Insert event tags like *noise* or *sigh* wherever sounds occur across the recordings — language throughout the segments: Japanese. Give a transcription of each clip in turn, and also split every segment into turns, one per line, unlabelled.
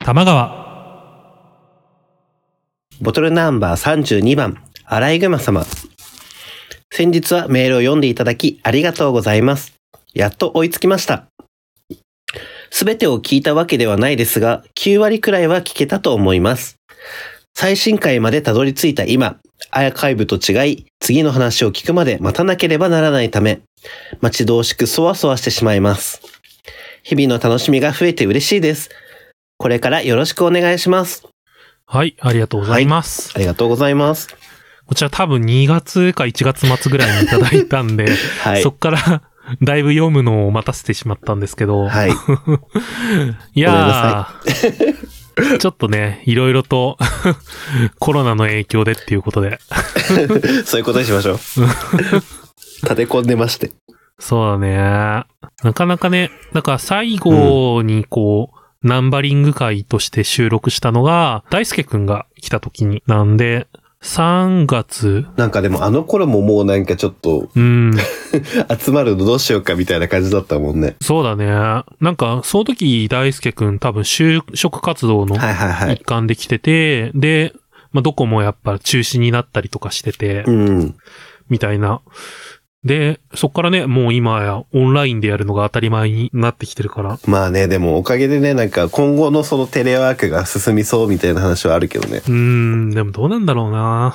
玉川
ボトルナンバー32番、アライグマ様。先日はメールを読んでいただきありがとうございます。やっと追いつきました。すべてを聞いたわけではないですが、9割くらいは聞けたと思います。最新回までたどり着いた今、アーカイブと違い、次の話を聞くまで待たなければならないため、待ち遠しくそわそわしてしまいます。日々の楽しみが増えて嬉しいです。これからよろしくお願いします。
はい、ありがとうございます。
ありがとうございます。
こちら多分2月か1月末ぐらいにいただいたん *laughs* で、
はい
そ。っから、だいぶ読むのを待たせてしまったんですけど、
*laughs* はい。
い、や *laughs* ー、ちょっとね、いろいろと *laughs* コロナの影響でっていうことで、
そういうことにしましょう。立て込んでまして。
そうだね。なかなかね、だから最後にこう、ナンバリング会として収録したのが、大輔くんが来た時になんで、3月、
なんかでもあの頃ももうなんかちょっと
うん、
集まるのどうしようかみたいな感じだったもんね。
そうだね。なんか、その時、大輔くん多分就職活動の
はいはいはい
一。環で来てて、で、まあ、どこもやっぱ中止になったりとかしてて、
うん。
みたいな。で、そっからね、もう今やオンラインでやるのが当たり前になってきてるから、
まあね、でもおかげでね、なんか今後のそのテレワークが進みそうみたいな話はあるけどね。
うーん、でもどうなんだろうな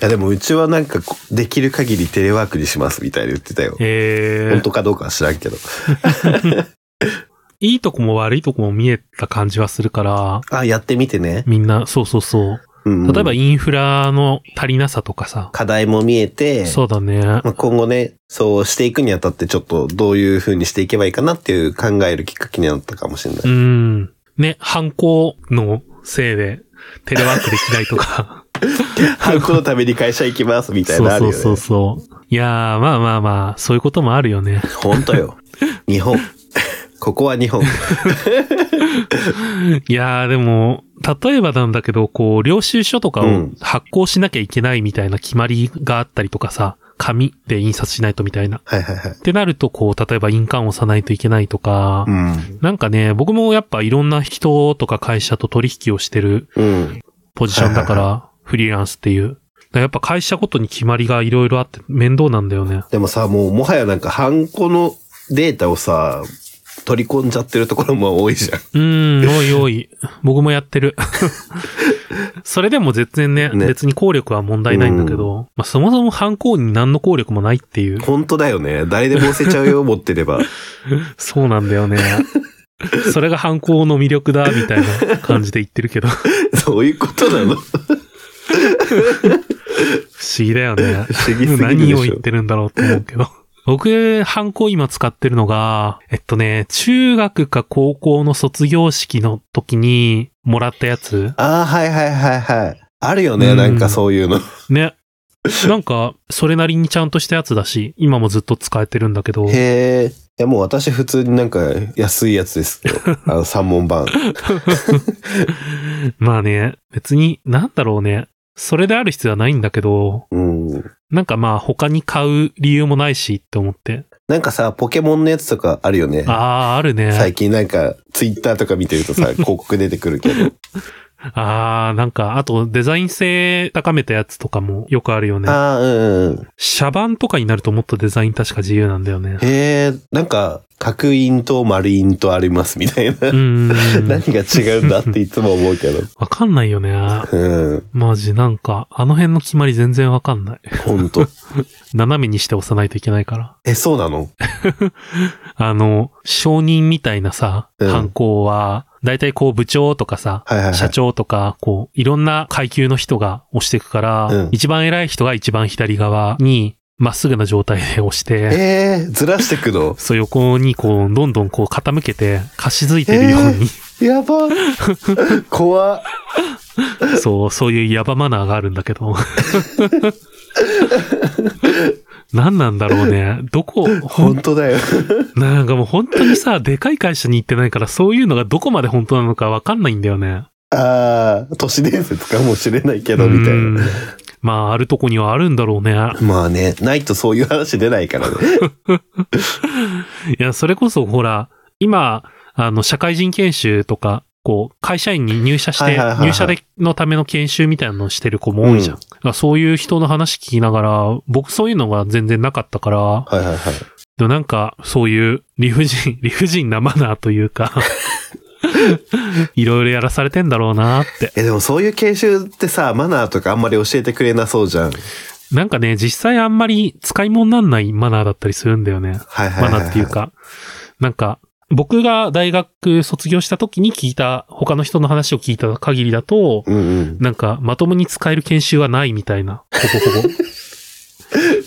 い
やでもうちはなんかこできる限りテレワークにしますみたいに言ってたよ。
え
本
ー、
当かどうかは知らんけど。
いいとこも悪いとこも見えた感じはするから、
あ、やってみてね。
みんな、そうそうそう。
うん、
例えばインフラの足りなさとかさ、
課題も見えて、
そうだね。。
まあ、今後ね、そうしていくにあたってちょっとどういう風にしていけばいいかなっていう考えるきっかけになったかも *laughs* しれないう
ん。ね、犯行のせいで、テレワークできないとか。
ハンコのために会社行きます *laughs* みたい
そう
なあ
そ
るよ
う
ね。
そうそう。いやー、まあまあまあ、そういうこともあるよね。 *laughs*
本当よ。日本。ここは日本。
いやー、でも、例えばなんだけど、こう、領収書とか
う
を
ん
発行しなきゃいけないみたいな決まりがあったりとかさ、紙で印刷しないとみたいな。っ
はいはいはい。
てなると、こう、例えば印鑑を押さないといけないとか
う、ん。
なんかね、僕もやっぱいろんな人とか会社と取引をしてる
うん。
ポジションだか
は
ら、フリーランスっていう。だからやっぱ会社ごとに決まりがいろいろあって面倒なんだよね。
でもさ、もうもはやなんかハンコのデータをさ、取り込んじゃってるところも多いじゃん。
うーん、 *laughs* おいおい。僕もやって *laughs* る。それでも全然ね
ね
別に効力は問題ないんだけど、まあ、そもそも犯行に何の効力もないっていう。
本当だよね。誰でも押せちゃうよ、持ってれ *laughs* ば。
そうなんだよね。 *laughs* それが犯行の魅力だ、みたいな感じで言ってるけど。不
そういうことなの。
思議だよね。
*laughs* 不思議すぎるで
何
し
を
ょ。
言ってるんだろうと思う
*laughs*
けど。僕、ハンコ今使ってるのが、えっとね、中学か高校の卒業式の時にもらったやつ。
ああ、はいはいはいはい。あるよ
う
ね、
ん
なんかそういうの。
ね。なんか、それなりにちゃんとしたやつだし、今もずっと使えてるんだけど、
へえ。いや、もう私普通になんか安いやつですよ。
*laughs*
あの、三問版。
まあね、別に、なんだろうね。それである必要はないんだけど、
うん。
なんかまあ他に買う理由もないしって思って。
なんかさ、ポケモンのやつとかあるよね。
ああ、あるね。
最近なんか、ツイッターとか見て
*laughs*
るとさ、広告出てくるけど。
ああ、なんか、あとデザイン性高めたやつとかもよくあるよね。
ああ、うんうん。
シャバンとかになるともっとデザイン確か自由なんだよね。
へえ、なんか、角印と丸印とありますみたいな
う。ー
何
ん。
が違うんだっていつも思うけど。
わかんないよね。
うん。
マジなんか、あの辺の決まり全然わかんない。
ほんと。
斜めにして押さないといけないから。
え、そうなの
あの、承認みたいなさ、
うん
犯行は、だいたいこう部長とかさ、
はいはいはい。
社長とか、こう、いろんな階級の人が押していくから、
うん
一番偉い人が一番左側に、まっすぐな状態で押して、
えー、ずらしてくの
そう横にこう、どんどんこう傾けて、かしづいてるように、
やば怖っ
*laughs* そう、そういうヤバマナーがあるんだけど。 *laughs* 何なんだろうね。どこ、ほ
ほ
ん
んとだよ。
なんかもう本当にさ、でかい会社に行ってないから、そういうのがどこまで本当なのかわかんないんだよね。
ああ、都市伝説かもしれないけど、みたいうな。
んまあ、あるとこにはあるんだろうね。
まあね、ないとそういう話出ないからね。
いや、それこそほら、今、あの、社会人研修とかこう、会社員に入社して、
はいはいはいはい
入社でのための研修みたいなのをしてる子も多いじゃん。
う
だからそういう人の話聞きながら、僕そういうのが全然なかったから、
はいはいはい。
でもなんか、そういう理不尽、 *laughs* 理不尽なマナーというか、 *laughs* いろいろやらされてんだろうなって。
え、でもそういう研修ってさ、マナーとかあんまり教えてくれなそうじゃん。
なんかね、実際あんまり使い物になんないマナーだったりするんだよね。
はいはい
マ
はい、
ナーっていう。か、なんか、僕が大学卒業した時に聞いた、他の人の話を聞いた限りだと、
うんうん。
なんか、まともに使える研修はないみたいな、ほぼほ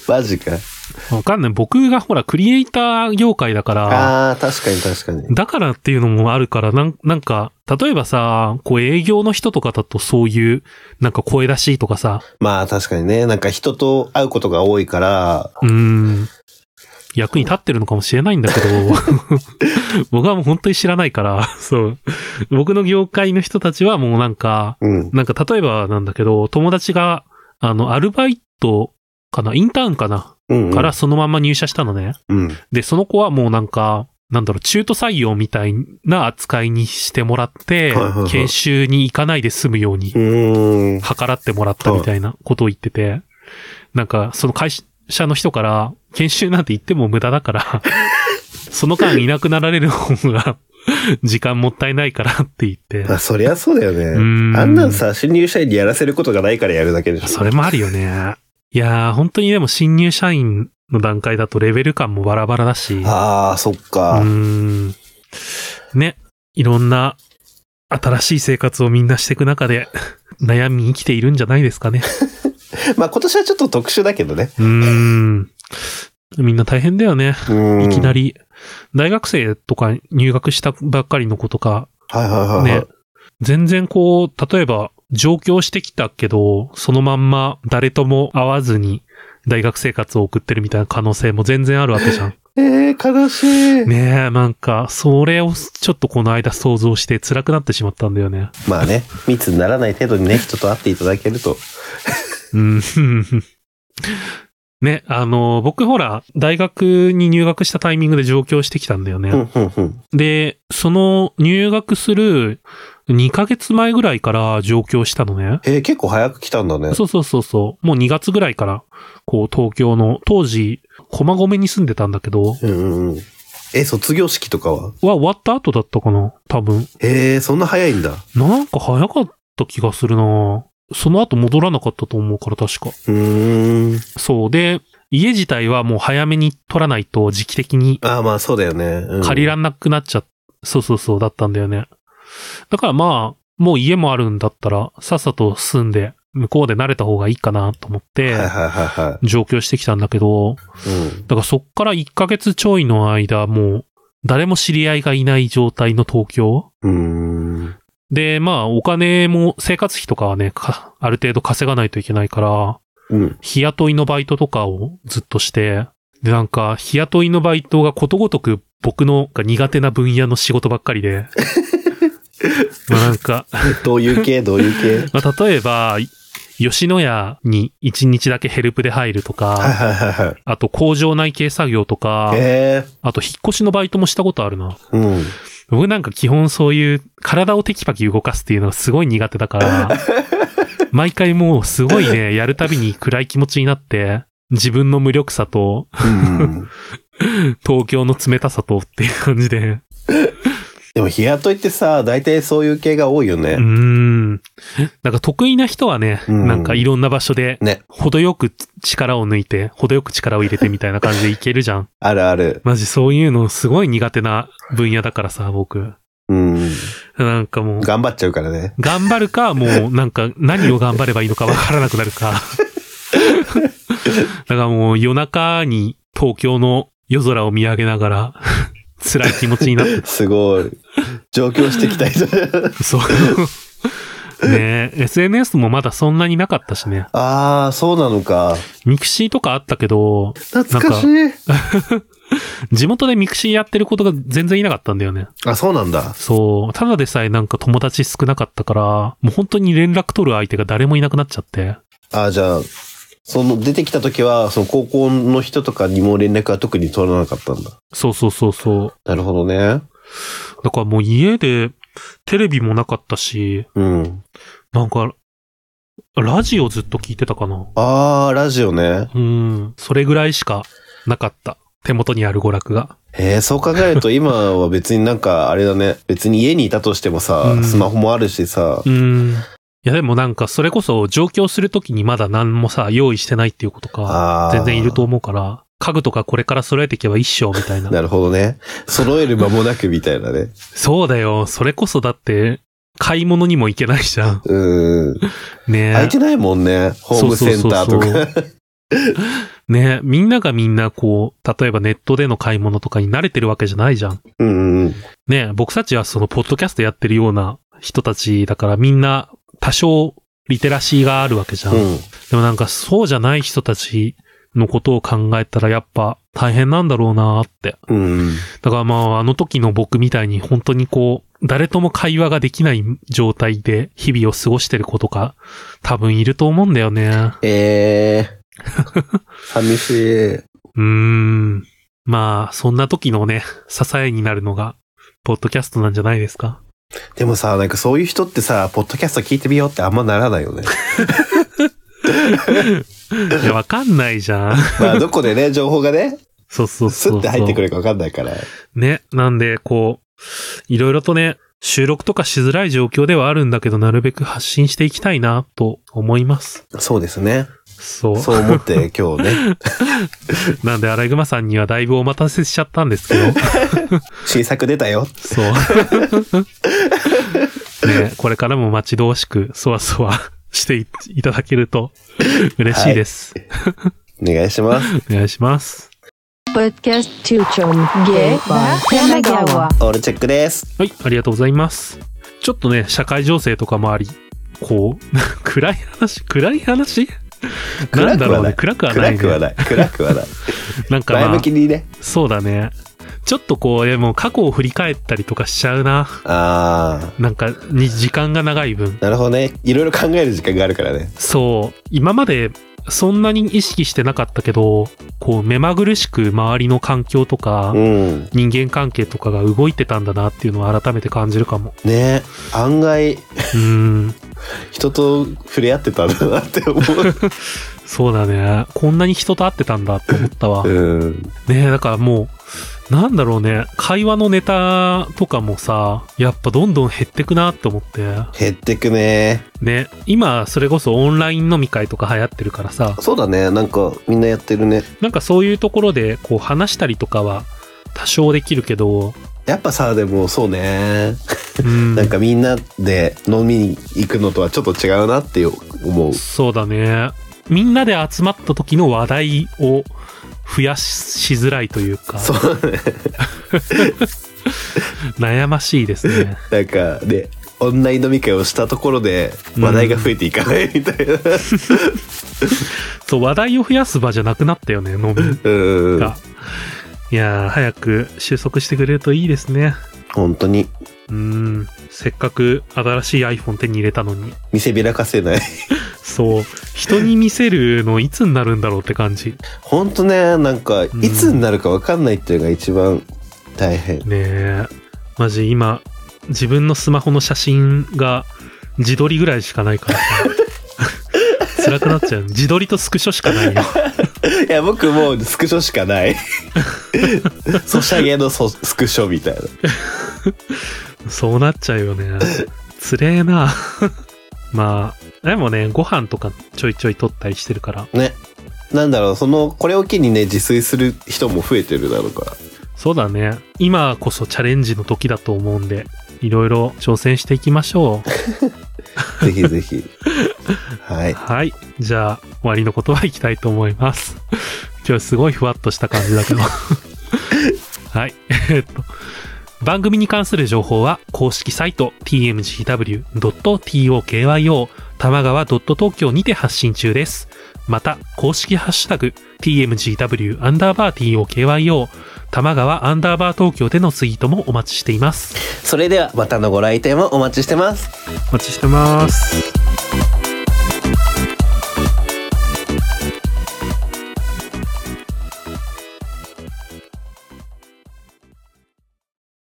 マジか。 *laughs*
ぼ。わかんない。僕がほら、クリエイター業界だから、
ああー、確かに確かに。
だからっていうのもあるから、なんなんか、例えばさ、こう営業の人とかだとそういう、なんか声出しとかさ、
まあ確かにね、なんか人と会うことが多いから、
うーん、役に立ってるのかもしれないんだけど、 *laughs* 僕はもう本当に知らないから、そう。僕の業界の人たちはもうなんか、
うん。
なんか例えばなんだけど、友達が、あの、アルバイトかな、インターンかな、
うん、うん。
から、そのまんま入社したのね。
うん。
で、その子はもうなんか、なんだろう、中途採用みたいな扱いにしてもらって
はいはいは、い
研修に行かないで済むように
う、ーん。
計らってもらったみたいなことを言ってて、なんか、その会社の人から、研修なんて行っても無駄だ
*laughs*
から、その間いなくなられる方が、時間もったいないからって言って、
まあそりゃそうだよね。
ーん
あんなんさ、新入社員にやらせることがないからやるだけでしょ。
それもあるよね。いやー、本当にでも新入社員の段階だとレベル感もバラバラだし、
ああ、そっか。
うーん。ね、いろんな新しい生活をみんなしていく中で悩み生きているんじゃないですかね。
まあ今年はちょっと特殊だけどね。
うーん。みんな大変だよね。
うん。
いきなり。
り。
大学生とか入学したばっかりの子とか、
はいはいはい、はい
ね、全然こう、例えば上京してきたけど、そのまんま誰とも会わずに大学生活を送ってるみたいな可能性も全然あるわけじゃん。
えー、悲し *laughs* い。
ねえ、なんか、それをちょっとこの間想像して辛くなってしまったんだよね。
まあね、密にならない程度にね、人と会っていただけると。
うん。 *laughs* ね、あの、僕ほら、大学に入学したタイミングで上京してきたんだよね。
うん、うん、うん。
で、その入学する2ヶ月前ぐらいから上京したのね。
えー、結構早く来たんだね。
そうそうそうそう。もう2月ぐらいから、こう東京の、当時、駒込に住んでたんだけど、
うん、うん、うん。え、卒業式とかは
は終わった後だったかな多分。
えー、そんな早いんだ。
なんか早かった気がするなその後戻らなかったと思うから確か。
うーん。
そう。で、家自体はもう早めに取らないと時期的に
ああ、まあそうだよね。うん
借りらんなくなっちゃっ、そうそうそうだったんだよね。だからまあ、もう家もあるんだったら、さっさと住んで、向こうで慣れた方がいいかなと思っ
はいは
て、
いはいは
上京してきたんだけど、
い。うん。
だからそっから1ヶ月ちょいの間、もう、誰も知り合いがいない状態の東京。
うーん。
で、まあ、お金も、生活費とかはね、かある程度稼がないといけないから、
うん。
日雇いのバイトとかをずっとして、で、なんか、日雇いのバイトがことごとく僕のが苦手な分野の仕事ばっかり
*laughs*
で、まあなんか、
どういう系どういう系
まあ例えば、吉野家に1日だけヘルプで入ると
はい
か、
はいはいはい。
あと工場内系作業とか、
え
あと引っ越しのバイトもしたことあるな。
えうん。
僕なんか基本そういう体をテキパキ動かすっていうのがすごい苦手だ
*laughs*
から、毎回もうすごいね、やるたびに暗い気持ちになって、自分の無力さと、
うん。 *laughs*
東京の冷たさとっていう感じで。
でも日雇いってさ、大体そういう系が多いよ
うー
ね。
ん。なんか得意な人はね、
うん
なんかいろんな場所で、
ね。
程よく力を抜いて、程よく力を入れてみたいな感じでいけるじゃん。
あるある。
マジそういうのすごい苦手な分野だからさ、僕。
うん。
なんかもう、
頑張っちゃうからね。
頑張るか、もうなんか何を頑張ればいいのかわからなくなるか。だからもう夜中に東京の夜空を見上げながら、辛い気持ちになって
すごい。上京してきた人。
そう。ねえ、SNS もまだそんなになかったしね。
*laughs* ああ、そうなのか。
ミクシーとかあったけど、
懐かしい。
地元でミクシーやってることが全然いなかったんだよね。
あ、そうなんだ。
そう。ただでさえなんか友達少なかったから、もう本当に連絡取る相手が誰もいなくなっちゃって。
ああ、じゃあ、その、出てきた時は、その高校の人とかにも連絡は特に取らなかったんだ。
そうそうそうそ
なるほどね。
う。だからもう家で、テレビもなかったし、
うん。
なんか、ラジオずっと聞いてたかな。
あー、ラジオね。
うん。それぐらいしかなかった。手元にある娯楽が。
えー、そう考えると今は別になんかあれだね。別に家にいたとしてもさ、
うん
スマホもあるしさ。
うん。いやでもなんか、それこそ上京するときにまだ何もさ、用意してないっていうことか、
あー
全然いると。思うから、家具とかこれから揃えていけば一生みたいな。
なるほどね。揃える間もなくみたいなね。
*laughs* そうだよ。それこそだって、買い物にも行けないじゃん。
うん。
ね
空いてないもんね。ホームセンターと
そうそう
か。
ねみんながみんなこう、例えばネットでの買い物とかに慣れてるわけじゃないじゃん。
うんうん。
ね僕たちはそのポッドキャストやってるような人たちだからみんな多少リテラシーがあるわけじゃん。
うん。
でもなんかそうじゃない人たちのことを考えたらやっぱ大変なんだろうなーって。
うん。
だからまああの時の僕みたいに本当にこう、誰とも会話ができない状態で日々を過ごしてる子とか多分いると思うんだよね。
え *laughs* ー。寂しい。
うーん。まあ、そんな時のね、 *laughs* 支えになるのが、ポッドキャストなんじゃないですか。
でもさ、なんかそういう人ってさ、ポッドキャスト聞いてみようってあんまならないよね。 *laughs*
いや、わかんないじゃん。 *laughs*
まあ、どこでね、情報がね、
そうそうそう
ス
そう。
ッて入ってくるかわかんないから。
ね。なんで、こう、いろいろとね、収録とかしづらい状況ではあるんだけど、なるべく発信していきたいな、と思います。
そうですね。
そう。
そう思って今日 *laughs* ね、
なんで、アライグマさんにはだいぶお待たせしちゃったんですけど、
*laughs* 新作出たよ。
そう。ね、これからも待ち遠しく、そわそわしていいただけると嬉しいです。
お願いし *laughs* ます。
お願いします。
Podcast Tuchom Gay by Yamagawa.
オールチェックです。
はい、ありがとうございます。ちょっとね、社会情勢とかもあり、こう、 *laughs* 暗い話、暗い話なんだろうね、暗くはない、ね。
暗くはない。暗くは *laughs* ない。
なんか、
前
ま
向
あ、
きにね。
そうだね。ちょっとこう、でも過去を振り返ったりとかしちゃうな。
あ
なんか、に時間が長い分。
ー。なるほどね。いろいろ考える時間があるからね。
そう、今までそんなに意識してなかったけど、こう、目まぐるしく周りの環境とか、
うん。
人間関係とかが動いてたんだなっていうのを改めて感じるかも。
ね案外、
うん。
人と触れ合ってたんだなって思
そうだね。こんなに人と会ってたんだって思ったわ
*laughs* う。。 *laughs* うん。
ねえ、だからもう、なんだろうね。会話のネタとかもさ、やっぱどんどん減ってくなって思って。
減ってくね。
ね。今、それこそオンライン飲み会とか流行ってるからさ、
そうだね。なんか、みんなやってるね。
なんかそういうところで、こう話したりとかは多少できるけど、
やっぱさ、でもそうね。
うん。
なんかみんなで飲みに行くのとはちょっと違うなって思う。
そうだね。みんなで集まった時の話題を増やしづらいというか、
そうだね。
悩ましいですね。
なんかね、オンライン飲み会をしたところで話題が増えていかないみたいな。
そう、話題を増やす場じゃなくなったよね、飲み
うん。
が。いやー、早く収束してくれるといいですね。
本当に。
うーん。せっかく新しい iPhone 手に入れたのに。
見せびらかせない。
そう。人に見せるのいつになるんだろうって感じ。
本当ね、なんか、いつになるかわかんないっていうのが一番大変。
ねえ。マジ今、自分のスマホの写真が自撮りぐらいしかないからさ。 *laughs* 辛くなっちゃう。自撮りとスクショしかないよ。
いや、僕もうスクショしかない。ソシャゲのソスクショみたいな。
そうなっちゃうよね。つれえな。 *laughs* まあ、でもね、ご飯とかちょいちょい撮ったりしてるから。
ね。なんだろう、その、これを機にね、自炊する人も増えてるだろうから。
そうだね。今こそチャレンジの時だと思うんで、いろいろ挑戦していきましょう。
ぜひぜひ。はい。
はい。じゃあ、終わりの言葉いきたいと思います。 *laughs* 今日すごいふわっとした感じだけど。 *laughs* はい。えっと。番組に関する情報は公式サイト tmgw.tokyo 玉川 .tokyo にて発信中です。また、公式ハッシュタグ tmgw アンダーバー tokyo 玉川アンダーバー東京でのツイートもお待ちしています。
それでは、またのご来店をお待ちしてます。
お待ちしてます。